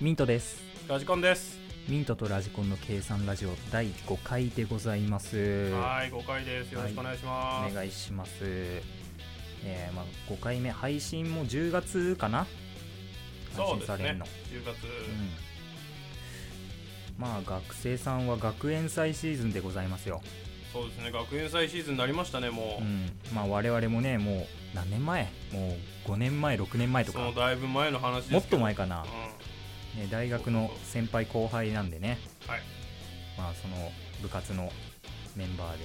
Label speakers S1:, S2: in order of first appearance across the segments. S1: ミントです
S2: ラジコンです。
S1: ミントとラジコンの計算ラジオ第5回でございます
S2: はい、5回です。よろしくお願いしま
S1: お
S2: す。
S1: 願いしますえーまあ、5回目配信も10月かな配
S2: そう
S1: 信
S2: で
S1: さ
S2: す
S1: れる
S2: ね
S1: の。
S2: 10
S1: う
S2: 月、
S1: んまあ学生さんは学園祭シーズンでございますよ、
S2: そうですね。学園祭シーズンになりましたね。も
S1: う
S2: う、
S1: ん、まあ我々もねもう何年前もう5年前6年前と
S2: そ
S1: か
S2: のだいぶ前の話ですけど。
S1: もっと前
S2: か
S1: かな
S2: うん、、
S1: ね、大学の先輩後輩なんでね
S2: はい。
S1: まあその部活のメンバーで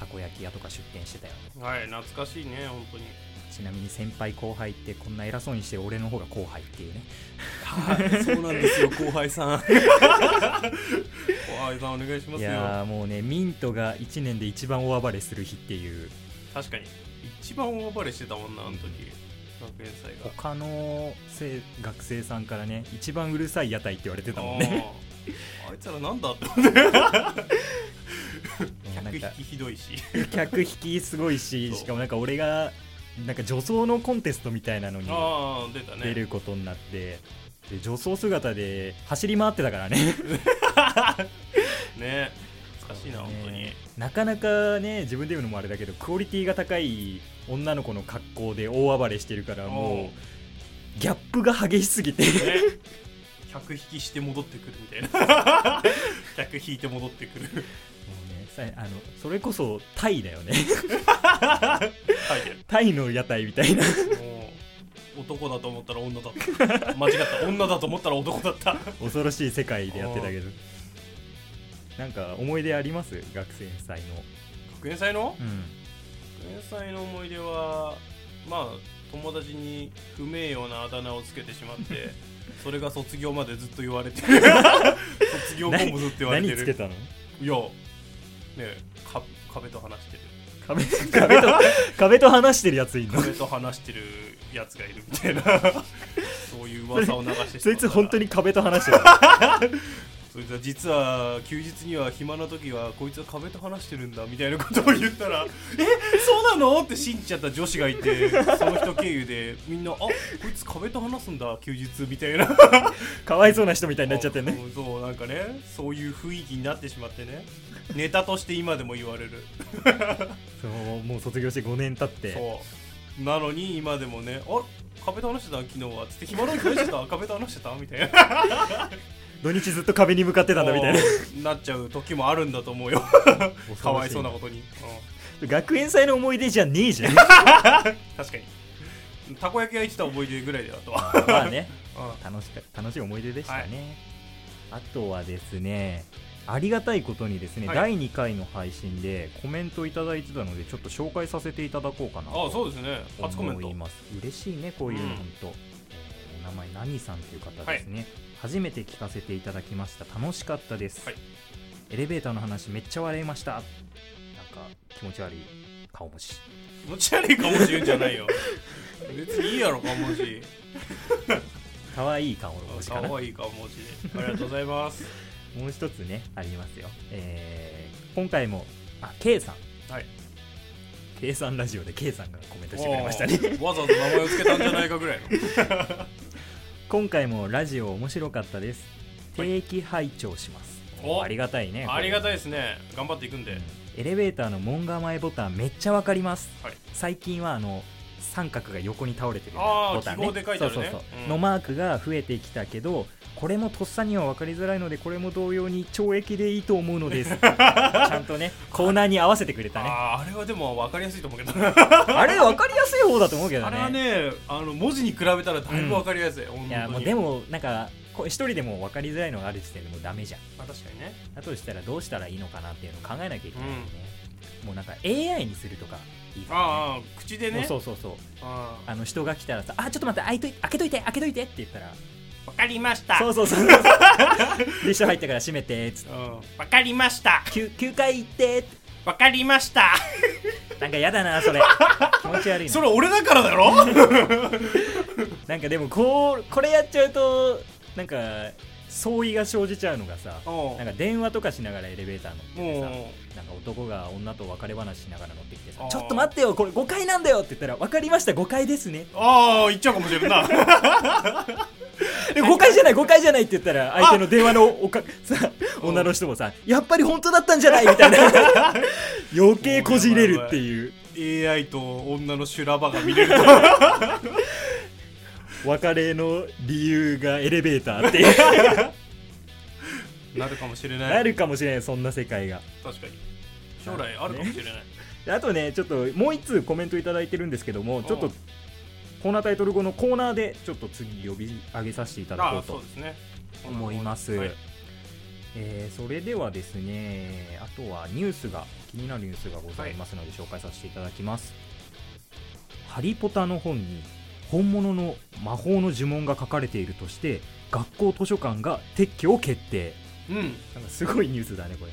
S1: たこ焼き屋とか出店してたよね
S2: はい、懐かしいね、本当に。
S1: ちなみに先輩後輩ってこんな偉そうにして俺の方が後輩っていうね
S2: はい、そうなん ですよ、後輩さん。後輩さんお願いしま
S1: い
S2: すよ。
S1: やーもうねミントが1年で一番大暴れする日っていう
S2: 確かに。一番大暴れしてたもんな、あの時。学園祭が。
S1: 他のせい学生さんからね一番うるさい屋台って言われてたもんね
S2: あーあいつらなんだって
S1: もうなん
S2: 客
S1: か
S2: 引きひどいし
S1: 客引きすごいし
S2: そう
S1: しかもなんか俺がなんか女装のコンテストみたいなのに
S2: ああ出たね
S1: 出ることになって、で女装姿で走り回ってたからね
S2: ね懐かしいな、本当に
S1: ねなかなかね自分で言うのもあれだけどクオリティが高い女の子の格好で大暴れしてるからもうギャップが激しすぎ て
S2: ね客引きして戻ってくるみたいな 客引いて戻ってくる
S1: もうねさあのそれこそタイだよね
S2: タイ
S1: タイの屋台みたいな
S2: でもう男だと思ったら女だった間違った女だと思ったら男だった
S1: 恐ろしい世界でやってたけどなんか思い出あります学生祭の
S2: 学園祭の
S1: うん
S2: 学園祭の思い出はまあ友達に不名誉なあだ名をつけてしま ってそれが卒業までずっと言われてる 卒業後もずっと言われて
S1: 何
S2: る
S1: つけたの
S2: いやねえか壁と話してる
S1: 壁壁と 壁と話してるやついんの
S2: 壁と話してるやつがいるみ たいなそういう噂を流してしまった
S1: そいつ本当
S2: に
S1: に壁と話して る
S2: そいつは実は休日には暇な時はこいつは壁と話してるんだみたいなことを言ったらえそうなのって信じちゃった女子がいてその人経由でみんなあこいつ壁と話すんだ休日みたいな
S1: かわいそうな人みたいになっちゃってね
S2: あそうなんかねそういう雰囲気になってしまってねネタとして今でも言われる
S1: そうもう卒業して5年経って
S2: そうなのに今でもねあ壁と話してた昨日はつって暇な時話してた壁と話してたみたいな
S1: 土日ずっと壁に向かってたんだみたいな
S2: うんなっちゃう時もあるんだと思うよ かわいそうなことに、
S1: 学園祭の思い出じゃねえ じゃん
S2: うん確かにたこ焼き焼いてた思い出ぐらいだよあとは、
S1: まあね
S2: うん
S1: 楽しか楽しい思い出でしたね、あとはですねありがたいことにですね、
S2: はい
S1: 第2回の配信でコメントいただいてたのでちょっと紹介させていただこうかな
S2: あ
S1: と
S2: あそうですね初コメン
S1: 思い
S2: ト
S1: ます嬉しいねこういうの
S2: うん
S1: 本当、えーお名前ナミさんという方ですね、初めて聞かせていただきました楽しかったです、
S2: はい
S1: エレベーターの話めっちゃ笑いましたなんか気持ち悪い顔文字
S2: 気持ち悪いかもしれんじ ゃないよ別にいいやろかもし
S1: 可愛い顔文字
S2: か
S1: かな
S2: わいいかもしれありがとうございます
S1: もう一つねありますよ、えー今回もあ K さん
S2: はい
S1: K さんラジオで K さんがコメントしてくれましたね
S2: おーわざわざ名前をつけたんじゃないかぐらいの
S1: 今回もラジオ面白かったです
S2: はい
S1: 定期拝聴します
S2: お
S1: ありがたいね
S2: ありがたい
S1: い
S2: ですね頑張っていくんで、
S1: エレベーターの門構えボタンめっちゃわかります、
S2: はい
S1: 最近はあの三角が横に倒れてる
S2: あー
S1: ボタンね
S2: 記号で書いてある
S1: そ
S2: ね
S1: うそうそう、
S2: うん
S1: のマークが増えてきたけどこれもとっさには分かりづらいのでこれも同様に懲役でいいと思うの ですちゃんとねコーナーに合わせてくれたね
S2: あーあれはでも分かりやすいと思うけど
S1: あれ分かりやすい方だと思うけどね
S2: あれはねあの文字に比べたらだいぶ分かりやすい、本
S1: いや
S2: 当
S1: もう
S2: に
S1: でもなんかこう一人でも分かりづらいのがある時点でもうダメじゃん
S2: まあ確かにね
S1: だとしたらどうしたらいいのかなっていうのを考えなきゃいけないよね、もうなんか AI にするとかいいかもね
S2: ああ口で
S1: もう
S2: ね
S1: そうそうそう
S2: あ
S1: あの人が来たらさ「あちょっと待って開いとい開けといて開けといて」って言ったら
S2: 分かりまし
S1: 「
S2: た
S1: そうそうそう」 で人入ったから閉めてっつって
S2: うん、分かりました
S1: 9, 9回行ってって
S2: 分かりました
S1: なんかやだなそ れ気持ち悪い
S2: そ
S1: な
S2: れ俺だからだろ
S1: なんかでもこうこれやっちゃうとなんか相違が生じちゃうのがさ
S2: おう
S1: なんか電話とかしながらエレベーター乗っててさ
S2: も
S1: なんか男が女と別れ話しながら乗ってきてさ
S2: あ
S1: 「
S2: ー
S1: ちょっと待ってよこれ5階なんだよ」って言ったら「分かりました5階ですね
S2: うああ言っちゃうかもしれんな」
S1: で「5解じゃない誤解じゃないって言ったら相手の電話のおかさ女の人もさやっぱり本当だったんじゃないみたいな 余計こじれるっていう
S2: AI と女の修羅場が見れる と
S1: 別れの理由がエレベーターっていう
S2: なるかもしれない
S1: なるかもしれないそんな世界が
S2: 確かに将来あるかもしれない、
S1: であとねちょっともう一通コメントいただいてるんですけどもちょっ
S2: う
S1: と
S2: ん
S1: コーナータイトル後のコーナーでちょっと次呼び上げさせていただ
S2: あ
S1: こ
S2: あ
S1: う
S2: そう
S1: と
S2: ですね
S1: 思います、
S2: はい
S1: えーそれではですねあとはニュースが気になるニュースがございますので紹介させていただきます、ハリポタの本に本物の魔法の呪文が書かれているとして学校図書館が撤去を決定
S2: うん
S1: なんかすごいニュースだねこれ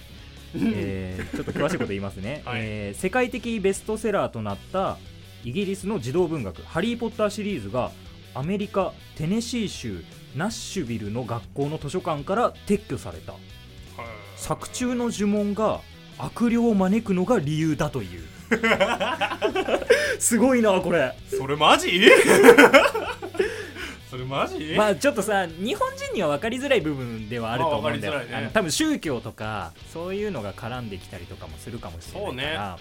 S1: えーちょっと詳しいこと言います ね、
S2: はい
S1: えー世界的ベストセラーとなったイギリスの児童文学「ハリー・ポッター」シリーズがアメリカ・テネシー州ナッシュビルの学校の図書館から撤去された作中の呪文が悪霊を招くのが理由だと いうすごいなこれ
S2: それ マジそれマジ、
S1: まあちょっとさ日本人には分かりづらい部分ではあると思うんだよ
S2: まあ分かりづらいね
S1: あの多分宗教とかそういうのが絡んできたりとかもするかもしれないから、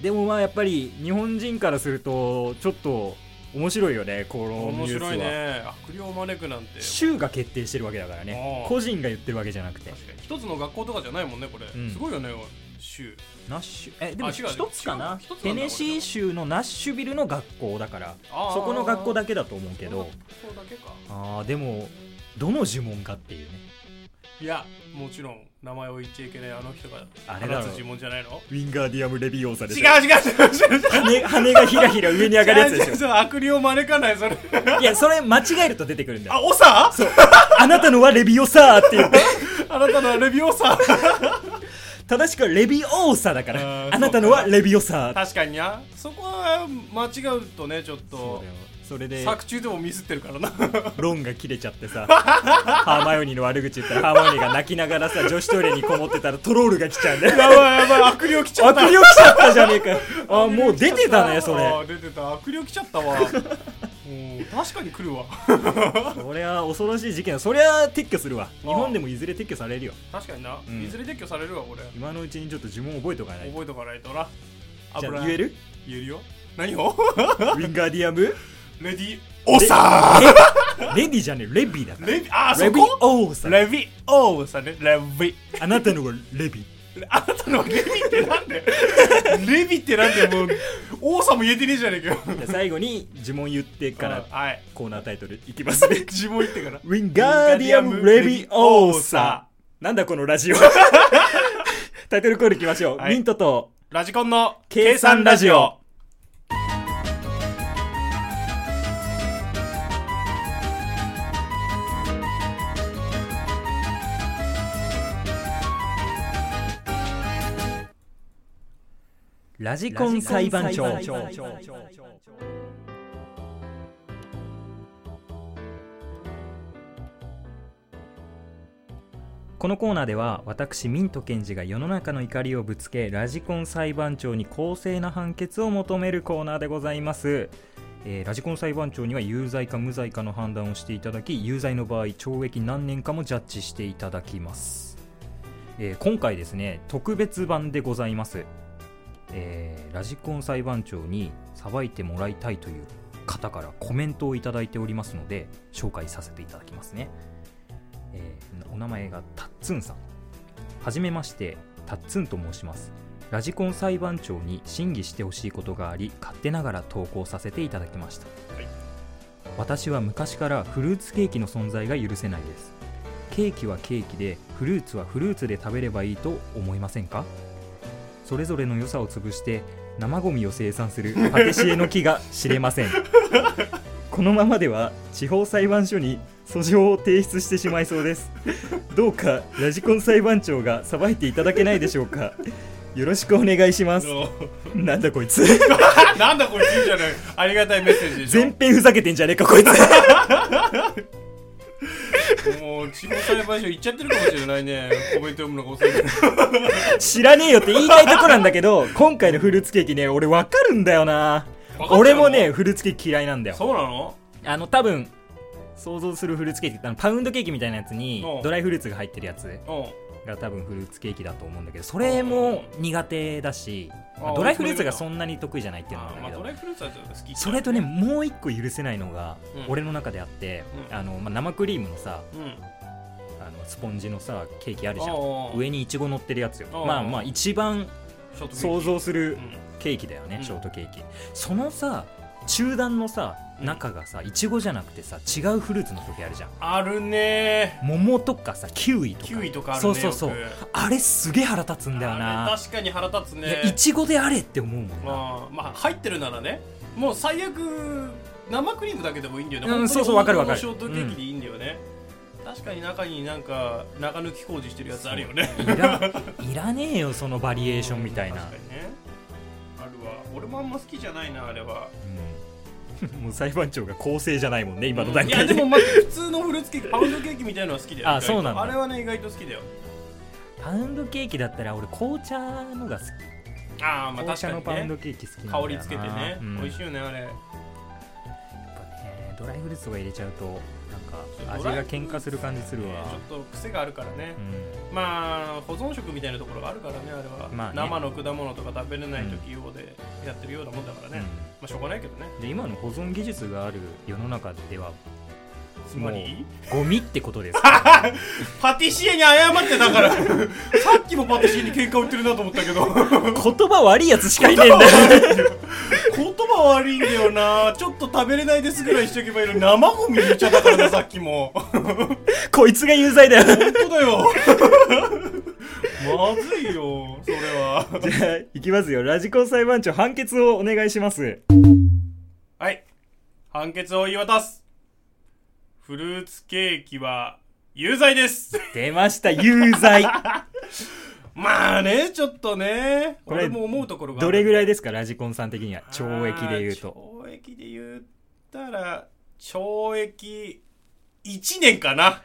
S1: でもまあやっぱり日本人からするとちょっと面白いよねこの
S2: 面
S1: ニュースは、
S2: 白いね悪霊を招くなんて
S1: 州が決定してるわけだからね
S2: ああ
S1: 個人が言ってるわけじゃなくて
S2: 確かに一つの学校とかじゃないもんねこれ、
S1: ん
S2: すごいよねおい州
S1: ナッシュえでも
S2: あ違う
S1: 一つかな
S2: 一つなんだ
S1: テネシー州のナッシュビルの学校だから
S2: あー
S1: そこの学校だけだと思うけど
S2: そうだけか
S1: あーでもどの呪文かっていうね
S2: いやもちろん名前を言っちゃいけないあの人が
S1: あれだろ
S2: 放つ呪文じゃないの
S1: ウィンガーディアム・レビオーサで
S2: 違う
S1: しょ
S2: 違う違う違う
S1: 羽羽がひらひら上に上がるやつでしょ
S2: 違う違う悪霊を招かない それ
S1: いや、それ間違えると出てくるんだよ。
S2: あオサ
S1: そう。あなたのはレビオサーって言って、
S2: あなたのレビオサ
S1: 正しくはレビオーサだか
S2: あ
S1: ら、
S2: ー
S1: あなたのはレビオサー。
S2: 確かになそこは間違うとねちょっと
S1: それで、
S2: 作中でもミスってるからな
S1: 論が切れちゃってさ、ハーマヨニーの悪口言ったら、ハーマヨニーが泣きながらさ、女子トイレにこもってたらトロールが来ちゃうんだよ。
S2: やばいやばい悪霊来ちゃ
S1: 悪
S2: った
S1: 霊来ちゃったじゃねえかよ。 あ、もう出てたね、そ
S2: あ
S1: れ。
S2: ー出てた悪霊来ちゃったわもう確かに来るわ
S1: そりゃ恐ろしい事件だそりゃ撤去するわ。日本でもいずれ撤去されるよ。
S2: 確かにな、
S1: うん
S2: いずれ撤去されるわこれ覚
S1: 今のうちにちょっと呪文覚えとかないと。
S2: えとかないとな
S1: じゃ
S2: 危
S1: あ
S2: ない
S1: 言え る
S2: 言えるよ何を
S1: ウィンガーディアム
S2: レディオサ
S1: レディじゃねえ、レビだから。
S2: ーレビあー
S1: レ
S2: そ
S1: ビ
S2: こ
S1: オーサ。
S2: レビオーサねレビ
S1: あなたのはレビ。
S2: あなたのレビってな んだよレビってなんだよもう王さも言えてねえじゃねえかよ
S1: 最後に呪文言ってか
S2: うん
S1: ら
S2: はい
S1: コーナータイトルいきます ね。
S2: 自分言ってから
S1: ウィンガーディアム・レビオーサ。なんだこのラ ジオ。タイトルコールいきましょう。
S2: はい
S1: ミントと
S2: ラジコンの
S1: 計算ラジオ。ラジコン裁判長。このコーナーでは私ミント検事が世の中の怒りをぶつけラジコン裁判長に公正な判決を求めるコーナーでございます、えーラジコン裁判長には有罪か無罪かの判断をしていただき有罪の場合懲役何年かもジャッジしていただきます、えー今回ですね特別版でございます、えーラジコン裁判長に裁いてもらいたいという方からコメントをいただいておりますので紹介させていただきますねえーお名前がタッツンさんはじめましてタッツンと申しますラジコン裁判長に審議してほしいことがあり勝手ながら投稿させていただきました、
S2: はい
S1: 私は昔からフルーツケーキの存在が許せないですケーキはケーキでフルーツはフルーツで食べればいいと思いませんかそれぞれの良さを潰して生ゴミを生産するパティシエの木が知れませんこのままでは地方裁判所に訴状を提出してしまいそうですどうかラジコン裁判長が裁いていただけないでしょうかよろしくお願いしますなんだこいつ
S2: あなんだこれいいじゃないありがたいメッセージでしょ
S1: 全編ふざけてんじゃねえかこいつ
S2: もう地方裁判所行っちゃってるかもしれないねコメント読むのが遅い
S1: 知らねえよって言いたいとこなんだけ ど今回のフルーツケーキね俺わか るんだよな俺もねフルーツケーキ嫌いなんだよ
S2: そうなの
S1: あの多分想像するフルーツケーキってあのパウンドケーキみたいなやつに
S2: うん
S1: ドライフルーツが入ってるやつ
S2: うん
S1: が多分フルーツケーキだと思うんだけどそれも苦手だし、まあ
S2: あ
S1: ドライフルーツが
S2: そ
S1: そんなに得意じゃないっていうのもあるん
S2: あー
S1: だ
S2: まあ
S1: けど
S2: ドライフルーツはちょっと好き
S1: それとねもう一個許せないのが
S2: うん
S1: 俺の中であって、
S2: うん
S1: あのまあ、生クリームのさ
S2: うん
S1: あのスポンジのさケーキあるじゃん
S2: あ
S1: 上にイチゴ乗ってるやつよ
S2: あー
S1: まあまあ一番想像するケーキだよね、
S2: うん
S1: ショートケーキそのさ中段のさ
S2: うん
S1: 中がさいちごじゃなくてさ違うフルーツの時あるじゃん
S2: あるね
S1: 桃とかさキウイとか
S2: キウイとかあるね
S1: そうそうそう
S2: よく
S1: あれすげえ腹立つんだよ
S2: あれ
S1: な
S2: 確かに腹立つ
S1: いや
S2: ね
S1: いちごであれって思うもんな
S2: まあまあ入ってるならねもう最悪生クリームだけでもいいんだよね、
S1: うん
S2: 本当に
S1: そうそうわかるわかる
S2: 王道のショートケーキでいいんだよね、確かに中になんか中抜き工事してるやつあるよね
S1: いらいらねえよそのバリエーションみたいな
S2: 確かにねあるわ俺もあんま好きじゃないなあれは
S1: うん もう裁判長が公正じゃないもんね今の段
S2: いや
S1: 階で
S2: でもまあ普通のフルーツケーキパウンドケーキみたいなのは好きだよ
S1: あ
S2: 意外と
S1: そうなんだ
S2: あれはね意外と好きだよ
S1: パウンドケーキだったら俺紅茶のが好き、
S2: ああまあ
S1: 紅
S2: 確
S1: 茶
S2: か
S1: のパウ
S2: に
S1: ン
S2: ね
S1: ドケーキ好きなんだ
S2: 香
S1: よな
S2: りつけてね、
S1: うん
S2: 美味しいよねあれ
S1: やっぱねドライフルーツとか入れちゃうとなんか味
S2: ドライ
S1: が
S2: フルー
S1: 喧
S2: ツ
S1: 嘩する感じするわ、
S2: ちょっと癖があるからね
S1: う、ん
S2: まあ保存食みたいなところがあるからねあれは、
S1: まあね
S2: 生の果物とか食べれない時用でやってるようなもんだからね、まあしょうがないけどね
S1: うんで今の保存技術がある世の中では
S2: つまり
S1: ゴミってことですか
S2: パティシエに謝って たからさっきもパティシエに喧嘩売ってるなと思ったけど 言
S1: 言葉悪いやつしかいねえんだよ
S2: 葉悪いんだよなちょっと食べれないですぐらいしとけばいいのに生ゴミ入れちゃったからなさっ きも
S1: こいつが有罪だよ
S2: 本当だよ まずいよそれは
S1: じゃあいきますよラジコン裁判長判決をお願いします
S2: はい。判決を言い渡す。フルーツケーキは有罪です。
S1: 出ました有罪
S2: まあね、ちょっとね。
S1: これ
S2: 俺も思うところがある。
S1: どれぐらい
S2: で
S1: ですかラジコンさん的には懲役で言うと。
S2: 懲役で言ったら、懲役1年かな。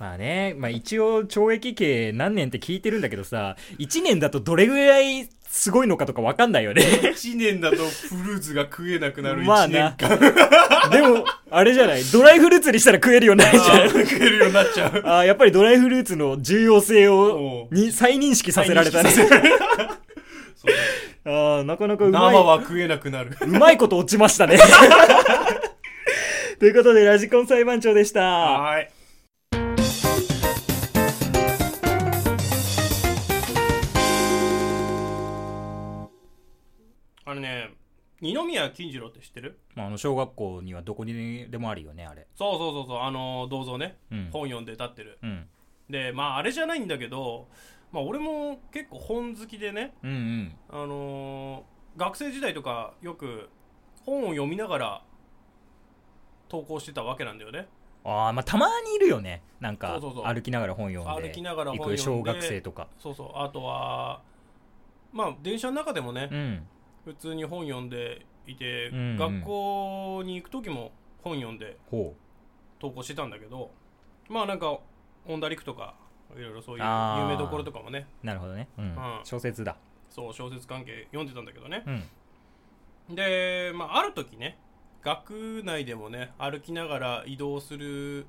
S1: まあね、まあ一応懲役刑何年って聞いてるんだけどさ、1年だとどれぐらいすごいのかとかわかんないよね。
S2: 1年だとフルーツが食えなくなる
S1: まあ
S2: 1
S1: な
S2: 年間。
S1: でも、あれじゃないドライフルーツにしたら食えるよねじゃん。
S2: 食えるようになっちゃう。
S1: あーやっぱりドライフルーツの重要性を
S2: おう
S1: に再認識させられ たね。
S2: 再認識させられたそう
S1: あーなかなかうまい
S2: 生。は食えなくなる。
S1: うまいこと落ちましたね。 ということで、ラジコン裁判長でした。
S2: はい。あれね、二宮金次郎って知ってる
S1: まあ、あの、小学校にはどこにでもあるよね、あれ。
S2: そうそうそうそう、あの銅像ね、
S1: うん
S2: 本読んで立ってる。
S1: うん。
S2: で、まああれじゃないんだけど、まあ俺も結構本好きでね、
S1: うんうん。
S2: あのー学生時代とかよく本を読みながら投稿してたわけなんだよね。
S1: ああ、まあ、たまにいるよね。なんか、
S2: そうそうそう
S1: 歩きながら本読んで。
S2: 歩きながら本
S1: 行く
S2: 読
S1: 小
S2: んで
S1: 学生とか。
S2: そうそう、あとは、まあ電車の中でもね、
S1: うん。
S2: 普通に本読んでいて、
S1: うんうん
S2: 学校に行く時も本読んで
S1: ほ
S2: 投稿してたんだけどまあなんかオンダリクとかいろいろそういう
S1: あー
S2: 有名どころとかもね
S1: う。なるほどね。うん。
S2: ん
S1: 小説だ。
S2: そう小説関係読んでたんだけどね
S1: うん。
S2: で、まあ、ある時ね学内でもね歩きながら移動する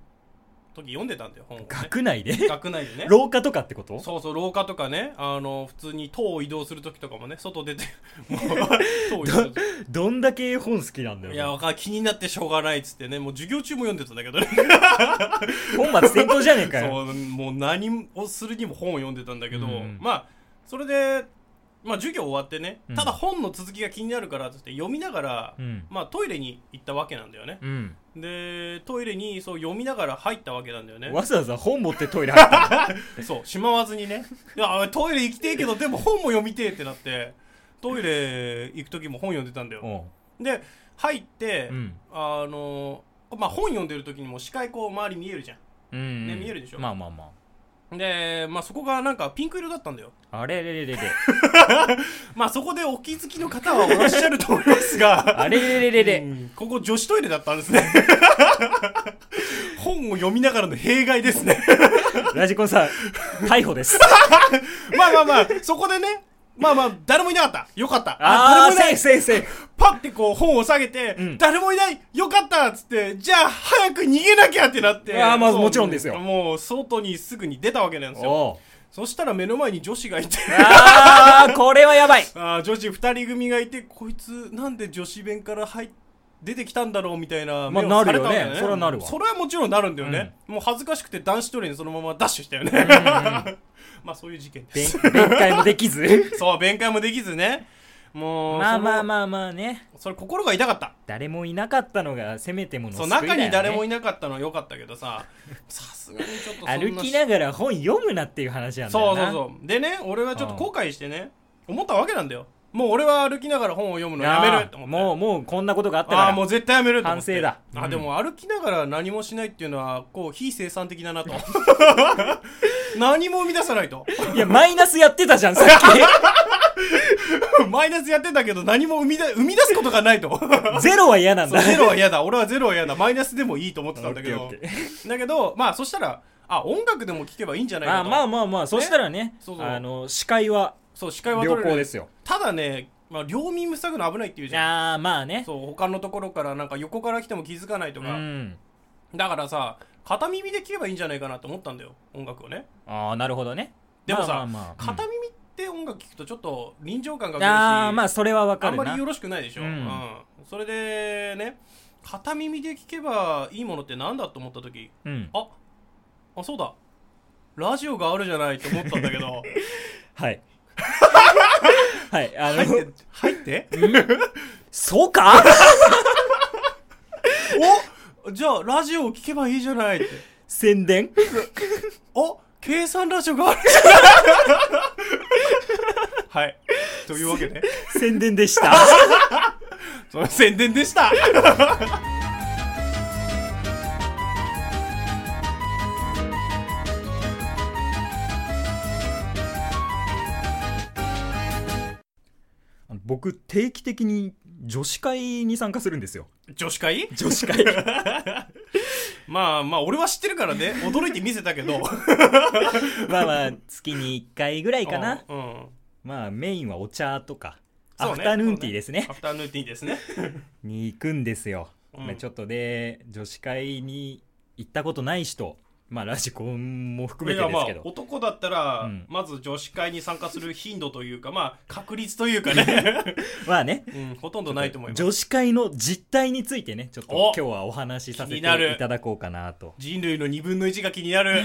S2: 時読んでたんだよ本を、ね、
S1: 学内で
S2: 学内でね
S1: 廊下とかってこと
S2: そうそう廊下とかねあの普通に塔を移動する時とかもね外出て もう塔を移動する時
S1: どんだけ本好きなんだよ。
S2: いやわか気になってしょうがないっつってねもう授業中も読んでたんだけどね
S1: 本末転倒じゃねえかよ。
S2: そうもう何をするにも本を読んでたんだけど、
S1: うん
S2: まあそれで、まあ、授業終わってね、
S1: うん
S2: ただ本の続きが気になるからっつって読みながら、
S1: うん。
S2: まあ、トイレに行ったわけなんだよね
S1: うん。
S2: でトイレにそう読みながら入ったわけなんだよね
S1: わざわざ本持ってトイレ入ったの
S2: そうしまわずにねいやトイレ行きてえけどでも本も読みてえってなってトイレ行く時も本読んでたんだ よ
S1: おう
S2: で入って、
S1: うん。
S2: あのまあ本読んでる時にも視界こう周り見えるじゃん
S1: うんうん。
S2: ね見えるでしょ
S1: まあまあま
S2: で、まあ、そこがなんかピンク色だったんだよ
S1: あ。あれれれれれ。
S2: まあそこでお気づきの方はおらっしゃると思いますが、
S1: あれれれれ
S2: う
S1: れ。
S2: んここ女子トイレだったんですね。本を読みながらの弊害ですね。
S1: ラジコンさん、逮捕です。
S2: まあまあまあ、そこでね、まあまあ、誰もいなかった。よかった。
S1: あ
S2: 誰も
S1: ー、
S2: いな
S1: セ
S2: い
S1: ーフ、セーフ、セーフ。
S2: パッてこう本を下げて、
S1: うん
S2: 誰もいないよかったっつって、じゃあ早く逃げなきゃってなって。
S1: あーまあ
S2: そう
S1: もちろんですよ
S2: もう外にすぐに出たわけなんですよ。
S1: おう
S2: そしたら目の前に女子がいて。
S1: あー、これはやばい。
S2: あー女子二人組がいて、こいつなんで女子弁から入っ出てきたんだろうみたいな
S1: まあ
S2: 目をされたんだ、
S1: なるよねそれはなるわ
S2: それはもちろんなるんだよね。もう恥ずかしくて男子トイレにそのままダッシュしたよね。 まあそういう事件で
S1: 弁
S2: す。
S1: 弁解もできず。
S2: そう、弁解もできずね。もう、
S1: まあ
S2: その
S1: まあまあまあね。
S2: それ心が痛かった。
S1: 誰もいなかったのが、せめてもの
S2: そ
S1: 救
S2: う
S1: いだよ、ね。
S2: 中に誰もい
S1: い
S2: なかったのは良かったけどささすがにちょっとそんな
S1: 歩きながら本読むなっていう話なんだ
S2: そ
S1: よ
S2: う
S1: な。
S2: そうそうでね俺はちょっと後悔してね思ったわけなんだよもう俺は歩きながら本を読むのやめるって思って
S1: もう、もうこんなことがあったから。
S2: ああもう絶対やめると思って
S1: 反省だう
S2: あ
S1: ん
S2: でも歩きながら何もしないっていうのはこう非生産的だ なと何も生み出さないと
S1: いや、マイナスやってたじゃん、さっき。
S2: マイナスやってたけど何も生みだ生み出すことがないと
S1: ゼロは嫌なん
S2: そう
S1: だ。
S2: ゼロは嫌だ俺はゼロは嫌だマイナスでもいいと思ってたんだけ
S1: オ
S2: ど
S1: ッケーオッケ
S2: だけどまあそしたらあ音楽でも聴けばいいんじゃないか
S1: まあ
S2: と
S1: まあまあまあ、そしたらね、
S2: そうそう
S1: あの、視界は
S2: そう視界は
S1: 良
S2: 取れ
S1: 好
S2: る
S1: ですよ。
S2: ただね、まあ、両耳塞ぐの危ないっていうじゃん
S1: ああ、まあね。
S2: そう他のところからなんか横から来ても気づかないと
S1: う
S2: か、
S1: ん。
S2: だからさ片耳で聞けばいいんじゃないかなと思ったんだよ音楽をね
S1: ああ、なるほどね。
S2: でもさ
S1: まあまあまあ
S2: 片耳って音楽聞くとちょっと臨場感が
S1: う
S2: 出
S1: ん
S2: るし
S1: ああ、まあ、それはわ
S2: あ
S1: か
S2: ん
S1: る
S2: ま
S1: な。
S2: りよろしくないでしょ、
S1: うん
S2: うんそれでね片耳で聞けばいいものってなんだと思った時
S1: うん。
S2: ああそうだラジオがあるじゃないと思ったんだ けど
S1: はい。はい、あ
S2: 入っ
S1: の
S2: て、入って
S1: そうか
S2: おじゃあラジオを聞けばいいじゃないって
S1: 宣伝
S2: お計算ラジ オがあるはいというわけで
S1: 宣伝で した。
S2: その宣伝でした
S1: あの僕、定期的に女子会に参加するんですよ。
S2: 女子会
S1: 女子会。
S2: まあまあ俺は知ってるからね驚いて見せたけど
S1: まあまあ、月に1回ぐらいかな。
S2: うんうん
S1: まあ、メインはお茶とか、
S2: そう
S1: ア
S2: ね
S1: フタヌーンティーですね。
S2: アフタヌーンティーですね
S1: に行くんですよ、
S2: うん
S1: まあちょっとで女子会に行ったことない人まあラジコンも 含めて
S2: いや
S1: で
S2: ますあ
S1: けど、
S2: 男だったら、
S1: うん
S2: まず女子会に参加する頻度というかまあ確率というか ね、
S1: まあね
S2: うん、ほとんどないと思います
S1: 女子会の実態についてねちょっと
S2: お
S1: 今日はお話しさせて
S2: 気になる
S1: いただこうかなと
S2: 人類の2分の1が気に なる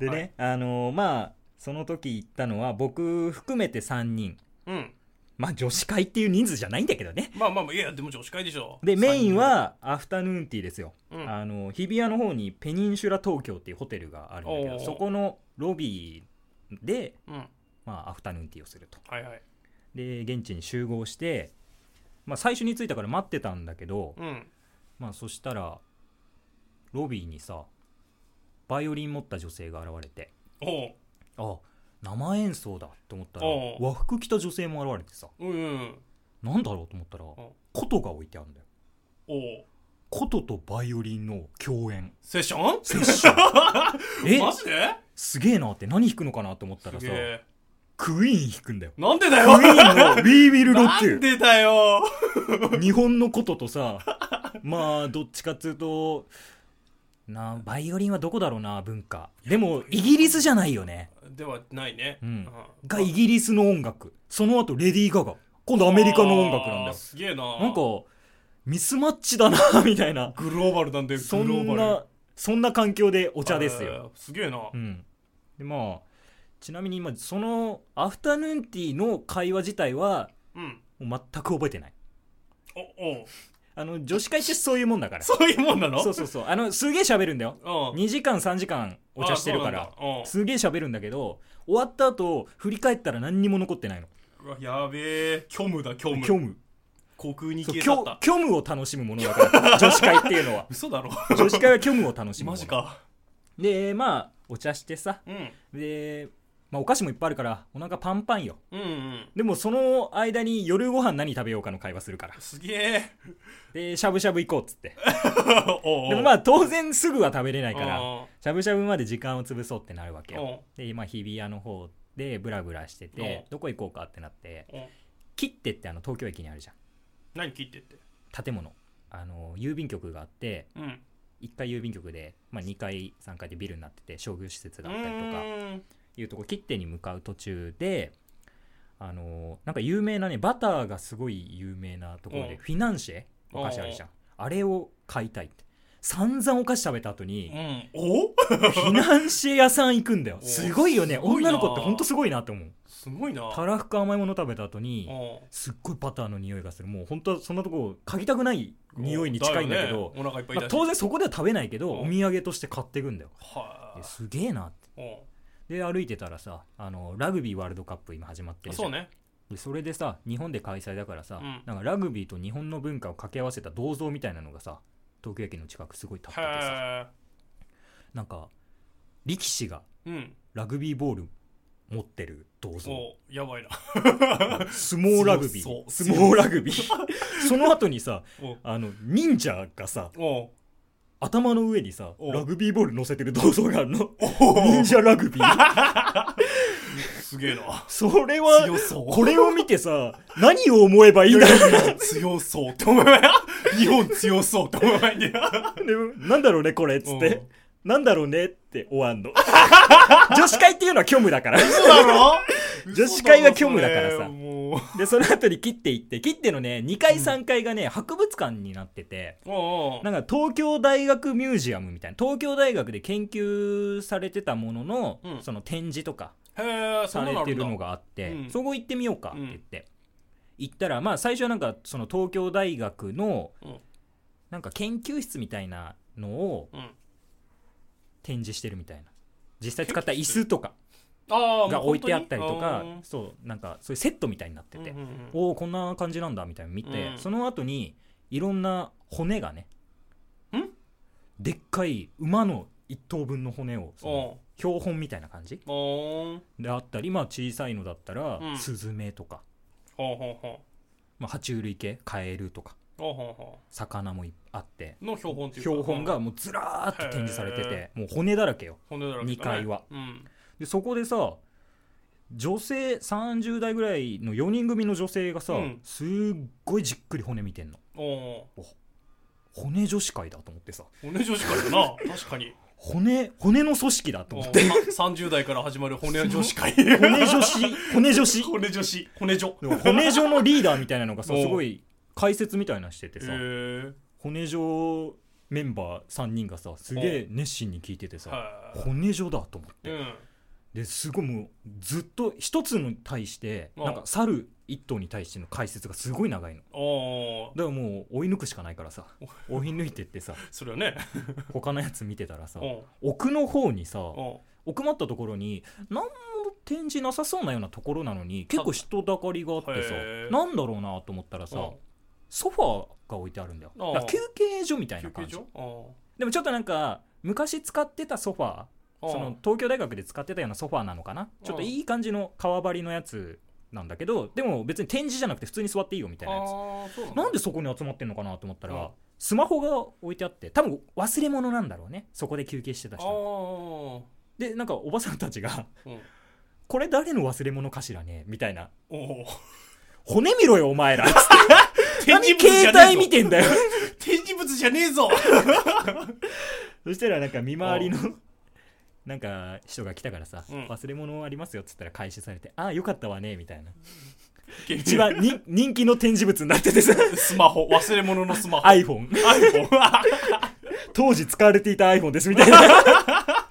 S1: でね、あのーまあその時行ったのは僕含めて3人
S2: うん
S1: まあ女子会っていう人数じゃないんだけどね
S2: まあまあまあいやでも女子会でしょ
S1: でメイン
S2: 三
S1: はアフタヌーンティーですよ、
S2: うん
S1: あの日比谷の方にペニンシュラ東京っていうホテルがあるんだけど
S2: おー
S1: そこのロビーで、
S2: 人うん
S1: まあ、アフタヌーンティーをすると
S2: はいはい
S1: で現地に集合して、まあ、最初に着いたから待ってたんだけど、
S2: うん
S1: まあ、そしたらロビーにさバイオリン持った女性が現れて
S2: おう
S1: あ生演奏だと思ったら
S2: おう
S1: 和服着た女性も現れてさ
S2: うんうん
S1: なんだろうと思ったら
S2: ん
S1: 琴が置いてあるんだよ
S2: おう
S1: 琴とバイオリンの共演
S2: セッション
S1: セッション え
S2: マジです
S1: げえなって何弾くのかなと思ったら
S2: す
S1: さ
S2: げえ
S1: クイーン弾くんだよ
S2: なんでだ
S1: クイ
S2: よ
S1: ーンの「We Will
S2: なん
S1: Rock
S2: でだよ」
S1: 日本のこととさまあどっちかっつうとなあバイオリンはどこだろうな文化でもイギリスじゃないよね
S2: ではないね、
S1: うん
S2: う
S1: がイギリスの音楽その後レディー・ガガ今度アメリカの音楽なんだ
S2: あー
S1: よ
S2: すげえな
S1: なんかミスマッチだなみたいな
S2: グローバルなんでグロ
S1: そ
S2: ーバ
S1: ん
S2: ル
S1: なそんな環境でお
S2: お
S1: 茶ですよ
S2: すげえな、
S1: うんでまあちなみに今そのアフタヌーンティーの会話自体は
S2: うん
S1: もう全く覚えてない
S2: おお
S1: あの女子会ってそういうもんだから
S2: そういうもんなの
S1: そうそうそうあのすげえ喋るんだよ
S2: うん
S1: 2時間3時間お茶してるから
S2: あそうなんだ
S1: すげえ喋るんだけど終わった後振り返ったら何にも残ってないの
S2: うんうわやべえ虚無だ虚無
S1: 虚無
S2: 虚空に
S1: そう
S2: 消
S1: 虚
S2: え去った
S1: 虚無を楽しむものだから 女子会っていうの は
S2: 嘘だ ろ
S1: 女子会は虚無を楽しむもの
S2: マジか
S1: でまあお茶してさ
S2: うん
S1: で、まあ、お菓子もいっぱいあるからお腹パンパンよ
S2: うんうん
S1: でもその間に夜ご飯何食べようかの会話するから
S2: すげえ
S1: でしゃぶしゃぶ行こうっつって
S2: おうお
S1: でも
S2: あ
S1: まあ当然すぐは食べれない
S2: だ
S1: からしゃぶしゃぶまで時間を潰そうってなるわけよ
S2: おう
S1: で今日比谷の方でブラブラしてて
S2: お
S1: どこ行こうかってなって
S2: お
S1: 切手ってあの東京駅にあるじゃ
S2: 何切ってって
S1: ん建物あの郵便局があって
S2: うん
S1: 1階郵便局で、まあ、2階3階でビルになってて商業施設
S2: う
S1: があったりとか
S2: ーん
S1: いうとこ切手に向かう途中であのなんか有名なねバターがすごい有名なところ
S2: う
S1: で
S2: ん
S1: フィナンシェお菓子あるじゃんあれを買いたいって散々お菓子食べた後に
S2: うんお
S1: フィナンシェ屋さん行くんだよ
S2: お
S1: すごいよね
S2: すごいな
S1: 女の子ってほんとすごいなって思う
S2: すごいな
S1: たらふく甘いもの食べた後に
S2: お
S1: すっごいバターの匂いがするもう本当はそんなとこ嗅ぎたくない匂いに近いんだけど
S2: よねお腹いっぱい
S1: まあ
S2: だし
S1: 当然そこでは食べないけど
S2: うん
S1: お土産として買っていくんだよ
S2: は
S1: で
S2: あ
S1: すげえなって
S2: お
S1: で歩いてたらさあのラグビーワールドカップ今始まってるじゃ
S2: そ
S1: ん
S2: うね
S1: でそれでさ日本で開催だからさ、
S2: うん
S1: なんかラグビーと日本の文化を掛け合わせた銅像みたいなのがさ東京駅の近くすごい立っててさ
S2: へ
S1: なんか力士が
S2: えうん
S1: ラグビーボール持ってる銅像
S2: おやばいな
S1: 相撲ラグビ
S2: 強
S1: ー
S2: そ
S1: 相
S2: う
S1: 撲ラグビーその後にさ
S2: お
S1: あの忍者がさ
S2: お
S1: 頭の上にさ
S2: お
S1: ラグビーボール乗せてる銅像があるの
S2: お
S1: 忍者ラグビー
S2: すげえな
S1: それは
S2: 強そう
S1: これを見てさ何を思えばいいんだろう
S2: 強そうって思いま日本強そうって思いまいね
S1: でもなんだろうねこれっつってなんだろうねって終わんの女子会っていうのは虚無だから
S2: 嘘だろ
S1: 女子会は虚無だからさ
S2: 嘘だろそれもう
S1: でその後に切っていって切ってのね2階3階がね博物館になってて
S2: おうおう
S1: なんか東京大学ミュージアムみたいな東京大学で研究されてたものの、
S2: うん
S1: その展示とか
S2: へえそ
S1: さ
S2: んな
S1: れ
S2: のあ
S1: て
S2: るん
S1: る
S2: だ
S1: のがあって、
S2: うん
S1: そこ行ってみようかって言って、行ったらまあ最初はなんかその東京大学の
S2: うん
S1: なんか研究室みたいなのを
S2: うん
S1: 展示してるみたいな実際使った椅子とか
S2: ああ
S1: が置いてあったりとか
S2: うん
S1: そうなんかそういうセットみたいになってて、
S2: うんうん
S1: おおこんな感じなんだみたいなの見て、
S2: うん
S1: その後にいろんな骨がね
S2: ん
S1: でっかい馬の一頭分の骨をその
S2: お
S1: 標本みたいな感じ
S2: うおう
S1: であったりまあ小さいのだったら、
S2: うん
S1: スズメとか、
S2: ほうほうほ
S1: まあ、爬虫類系カエルとか
S2: うほうほうほ
S1: 魚もいっぱいあって
S2: うの標本っていうか
S1: 標本がもうずらーっと展示されてて
S2: へ
S1: もう骨だらけよ
S2: 骨だらけだね
S1: 二階は
S2: うん
S1: でそこでさ女性30代ぐらいの4人組の女性がさ、
S2: うん
S1: すっごいじっくり骨見てんの
S2: おう
S1: 骨女子会だと思ってさ
S2: 骨女子会だな確かに
S1: 骨骨の組織だと
S2: おう
S1: 思っ
S2: さ
S1: て
S2: 30代から始まる骨女子会
S1: 骨女子骨女子
S2: 骨女子骨女
S1: でも骨女のリーダーみたいなのがさ
S2: おう
S1: すごい解説みたいなのしててさ、
S2: へ
S1: 骨女メンバー3人がさすげえ熱心に聞いてて
S2: え
S1: さ
S2: は
S1: 骨女だと思っ
S2: い
S1: て
S2: うん
S1: ですごいもうずっと一つに対して
S2: うん
S1: なんか猿一頭に対しての解説がすごい長いの
S2: おう
S1: だからもう追い抜くしかないからさ追い抜いてって さ
S2: それはね
S1: 他のやつ見てたらさ
S2: おう
S1: 奥の方にさ
S2: おう
S1: 奥まったところに何も展示なさそうなようなところなのに結構人だかりがあってさ
S2: へー
S1: なんだろうなと思ったらさ
S2: おう
S1: ソファーが置いてあるんだよだ
S2: あー
S1: から休憩所みたいな
S2: 休
S1: 感
S2: 憩
S1: じ
S2: 所お
S1: でもちょっとなんか昔使ってたソファー
S2: う
S1: その東京大学で使ってたようなソファーなのかなちょっといい感じの革張りのやつなんだけどでも別に展示じゃなくて普通に座っていいよみたいなやつ
S2: あーそうなんだ
S1: なんでそこに集まってんのかなと思ったら、
S2: うん
S1: スマホが置いてあって多分忘れ物なんだろうねそこで休憩してた
S2: あ
S1: 人
S2: ー
S1: でなんかおばさんたちが
S2: うん
S1: 「これ誰の忘れ物かしらね」みたいな
S2: おう
S1: 「骨見ろよお前 ら」
S2: 展
S1: 何
S2: 示物じゃね
S1: 携
S2: えぞ
S1: 帯見てんだよ
S2: 展示物じゃねえぞ
S1: そしたらなんか見回りの なんか人が来たからさ「
S2: うん
S1: 忘れ物ありますよ」っつったら開始されて「ああよかったわね」みたいな
S2: 一
S1: 一番に人 気の展示物になってて さ
S2: スマホ忘れ物のスマホ
S1: iPhone
S2: iPhone
S1: 当時使われていた iPhone ですみたいな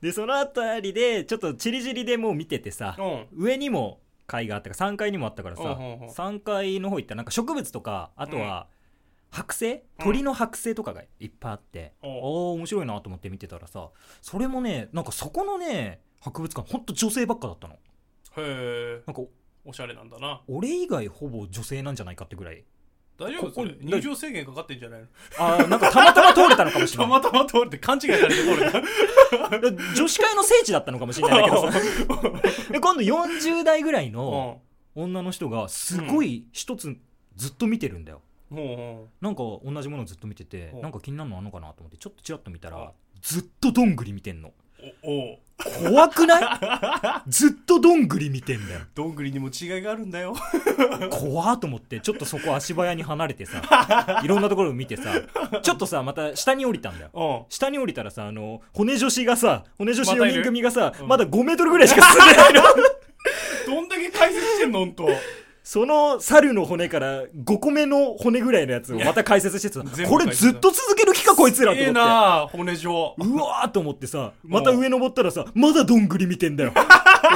S1: でそのあたりでちょっとチリチリでもう見ててさ
S2: うん
S1: 上にも階があったから3階にもあったからさ、
S2: うんうんうん
S1: 3階の方行ったらなんか植物とかあとは剥製、鳥の剥製とかがいっぱいあって、
S2: うん
S1: ああ面白いなと思って見てたらさそれもねなんかそこのね博物館ほんと女性ばっかだったの
S2: へえ
S1: なんか
S2: おしゃれなんだな
S1: 俺以外ほぼ女性なんじゃないかってぐらい
S2: 大丈夫
S1: ここ
S2: それ入場制限かかってんじゃないの
S1: あーなんかたまたま通れたのかもしれ
S2: た
S1: ない
S2: またま通れて勘違いされて通れた
S1: 女子会の聖地だったのかもしれないんだけど さで今度40代ぐらいうの女の人がすごい一つずっと見てるんだよ
S2: んうんうん
S1: なんか同じものをずっと見てて
S2: うん
S1: なんか気になるのあんのかなと思ってちょっとチラッと見た
S2: うん
S1: らずっとどんぐり見てんの
S2: おお
S1: 怖くない ずっとどんぐり見てんだよ
S2: どんぐりにも違いがあるんだよ
S1: 怖っと思ってちょっとそこ足早に離れてさいろんなところを見てさちょっとさまた下に降りたんだよ
S2: うん
S1: 下に降りたらさあの骨女子がさ骨女子4人組がさま
S2: うん
S1: だ5メートルぐらいしか進んでないの
S2: どんだけ解説してんのほんと
S1: その猿の骨から5個目の骨ぐらいのやつをまた解説してさ
S2: 全部
S1: これずっと続ける気かこいつらと
S2: ええ
S1: 思って
S2: な骨状
S1: うわーと思ってさまた上登ったらさまだどんぐり見てんだよ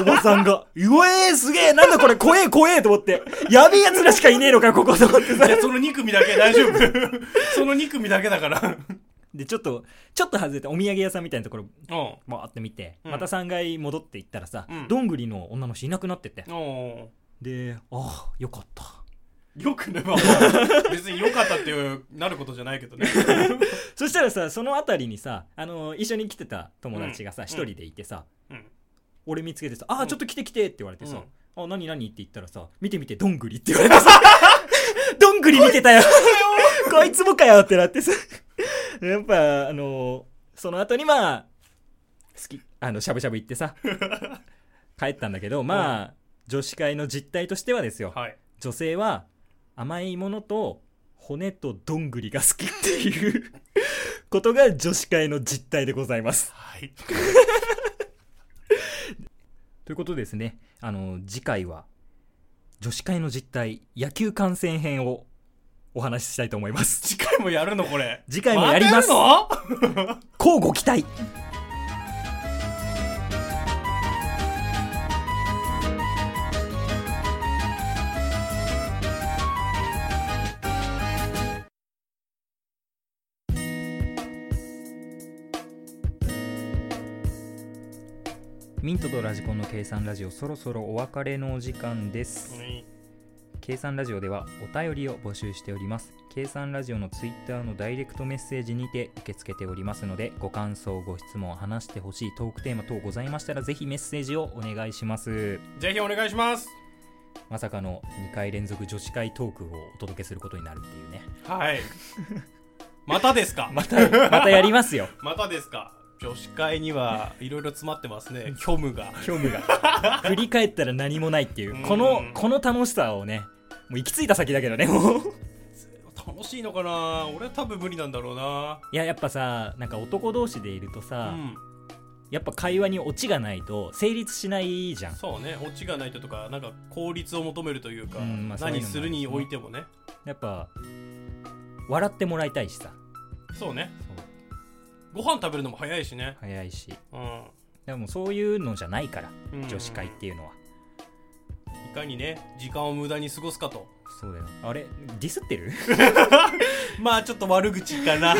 S1: おばさんが「うわえー、すげえなんだこれ怖え怖え」と思ってやべえやつらしかいねえのかここと思ってさ
S2: いやその2組だけ大丈夫 その2組だけだから
S1: でちょっとちょっと外れてお土産屋さんみたいなところ
S2: うん
S1: バーって見て、
S2: うん
S1: また3階戻って行ったらさ、
S2: うん
S1: どんぐりの女の人いなくなってて、
S2: うん
S1: でああよかった
S2: よくね、まあ、別に良かったっていうなることじゃないけどね。
S1: そしたらさその辺りにさあの一緒に来てた友達がさ
S2: うん
S1: 一、人でいてさ、
S2: うん
S1: 俺見つけてさ「あ
S2: う
S1: あ
S2: ん
S1: ちょっと来て来て」って言われてさ
S2: う
S1: 「
S2: ん
S1: あ何何?」って言ったらさ「見て見てどんぐり」って言われて さ「どんぐり見てたよこいつもかよ」ってなってさやっぱあのその後にまあ好きあのしゃぶしゃぶ行って さ帰ったんだけどまあ、女子会の実態としてはですよ
S2: はい。
S1: 女性は甘いものと骨とどんぐりが好きっていうことが女子会の実態でございます。
S2: はい。
S1: ということでですね、あの、次回は女子会の実態、野球観戦編をお話ししたいと思います。
S2: 次回もやるのこれ。
S1: 次回もやります
S2: またやるの
S1: 乞うご期待ミントとラジコンの計算ラジオそろそろお別れのお時間です、計算ラジオではお便りを募集しております計算ラジオのツイッターのダイレクトメッセージにて受け付けておりますのでご感想ご質問話してほしいトークテーマ等ございましたらぜひメッセージをお願いします
S2: ぜひお願いします。
S1: まさかの2回連続女子会トークをお届けすることになるっていうね
S2: はい。またですか
S1: また またやりますよ
S2: またですか女子会にはいろいろ詰まってま すね。虚無が。
S1: 興味が振り返ったら何もないっていうこの
S2: うん
S1: この楽しさをねもう行き着いた先だけどねもう
S2: 楽しいのかな俺は多分無理なんだろうない
S1: ややっぱさなんか男同士でいると。
S2: う
S1: さ、
S2: ん。
S1: やっぱ会話にオチがないと成立しないじゃん
S2: そうね。オチがないととか、なんか効率を求めるというか、
S1: うんまあそういうのも
S2: 何
S1: ある
S2: するにおいてもね。
S1: やっぱ笑ってもらいたいしさ
S2: そうね。ご飯食べるのも早いしね。
S1: 早いし
S2: うん。
S1: でもそういうのじゃないから
S2: うん
S1: 女子会っていうのは、
S2: いかにね時間を無駄に過ごすかと
S1: そうだよあれディスってる
S2: まあちょっと悪口かな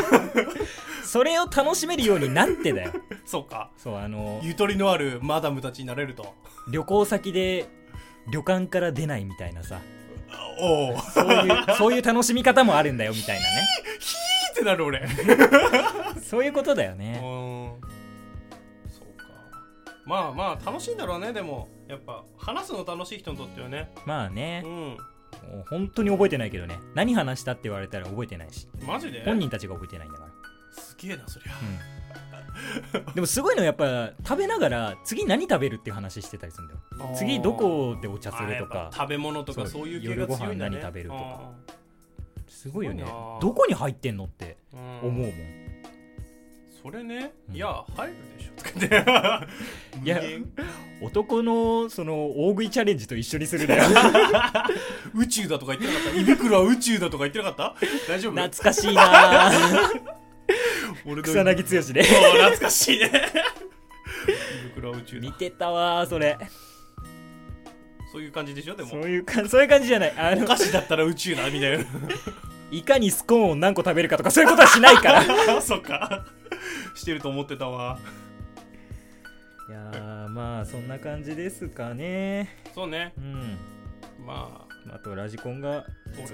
S1: それを楽しめるようになってだよ
S2: そうか
S1: そうあの
S2: ゆとりのあるマダムたちになれると
S1: 旅行先で旅館から出ないみたいなさ
S2: お おっ
S1: そう いうそういう楽しみ方もあるんだよみたいなね
S2: てなる俺う
S1: そういうことだよ
S2: ー
S1: ね
S2: んそうかまあまあ楽しいんだろうねでもやっぱ話すの楽しい人にとってはね
S1: まあね
S2: う、ん
S1: もう本当に覚えてないけどね何話したって言われたら覚えてないし
S2: マジで
S1: 本人たちが覚えてないんだから
S2: すげえなそりゃ
S1: でもすごいのはやっぱ食べながら次何食べるっていう話してたりするんだよ
S2: あー
S1: 次どこでお茶すると
S2: あやっ
S1: か
S2: ぱ食べ物とか
S1: そう
S2: そういう系が強いんだね
S1: 夜ご飯何食べるとかすごいよね
S2: すごいなあ
S1: どこに入ってんのって
S2: あー
S1: 思うもん、
S2: それね、
S1: うん
S2: いや入るでしょとかね
S1: いや
S2: 無限
S1: 男のその大食いチャレンジと一緒にするだよ
S2: 宇宙だとか言ってなかった胃袋は宇宙だとか言ってなかった大丈夫
S1: 懐かしいなあ
S2: 俺 の
S1: 草薙剛で
S2: そう懐かしいね 胃袋は宇宙
S1: 見
S2: だ
S1: てたわーそれ
S2: そういう感じでしょで
S1: そ
S2: も
S1: ういうかそういう感じじゃないあ
S2: お
S1: の
S2: 菓子だったら宇宙だみたい
S1: いかにスコーンを何個食べるかとかそういうことはしないから い
S2: な そっかしてると思ってたわ
S1: やーまあそんな感じですかね
S2: そうね
S1: うん
S2: ま
S1: あとラジコンが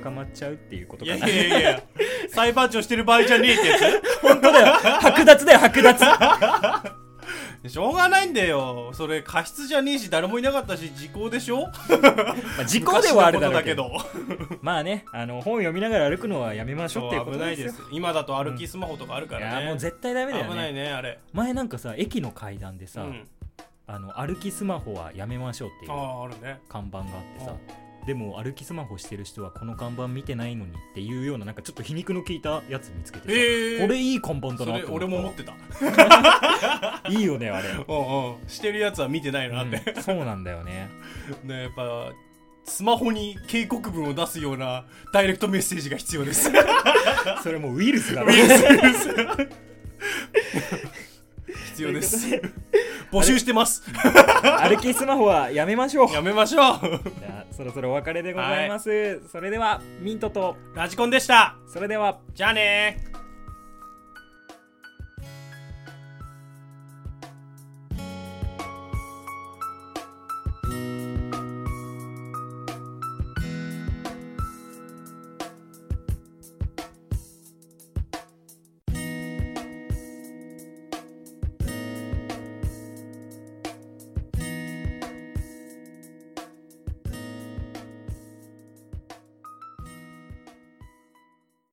S1: 捕まっちゃうっていうこ
S2: あ
S1: とか
S2: いやい
S1: な
S2: やいやいや裁判長してる場合じゃねえってや
S1: 本当だよ 剥奪だよ剥奪
S2: つしょうがないんだよそれ過失じゃねえし誰もいなかったし時効でしょ
S1: まあ、時効ではあるだろう
S2: 昔のことだ
S1: け
S2: け
S1: ど
S2: ど
S1: まあねあの本読みながら歩くのはやめましょうっていうこ
S2: 危
S1: と
S2: ない
S1: です
S2: で
S1: よ
S2: す今だと歩きスマホとかあるから
S1: い
S2: ね
S1: やもう絶対ダメだよ
S2: 危な
S1: ね
S2: いねあれ
S1: 前なんかさ駅の階段でさ、
S2: うん
S1: あの歩きスマホはやめましょうっていう
S2: あああるね
S1: 看板があってさでも歩きスマホしてる人はこの看板見てないのにっていうようななんかちょっと皮肉の効いたやつ見つけてさ、
S2: えー
S1: これいい看板だなと思
S2: そ
S1: っ
S2: れ
S1: た
S2: 俺も持ってた
S1: いいよねあれ、
S2: うんうんしてるやつは見てないなって、
S1: うんそうなんだよね
S2: ねやっぱスマホに警告文を出すようなダイレクトメッセージが必要です
S1: それもうウイルスだろ
S2: 必要です募集して ます
S1: 歩きスマホはやめまし ょう
S2: やめましょう
S1: じゃあそろそろお別れでございます、それではミントと
S2: ラジコンでした
S1: それでは
S2: じゃあねー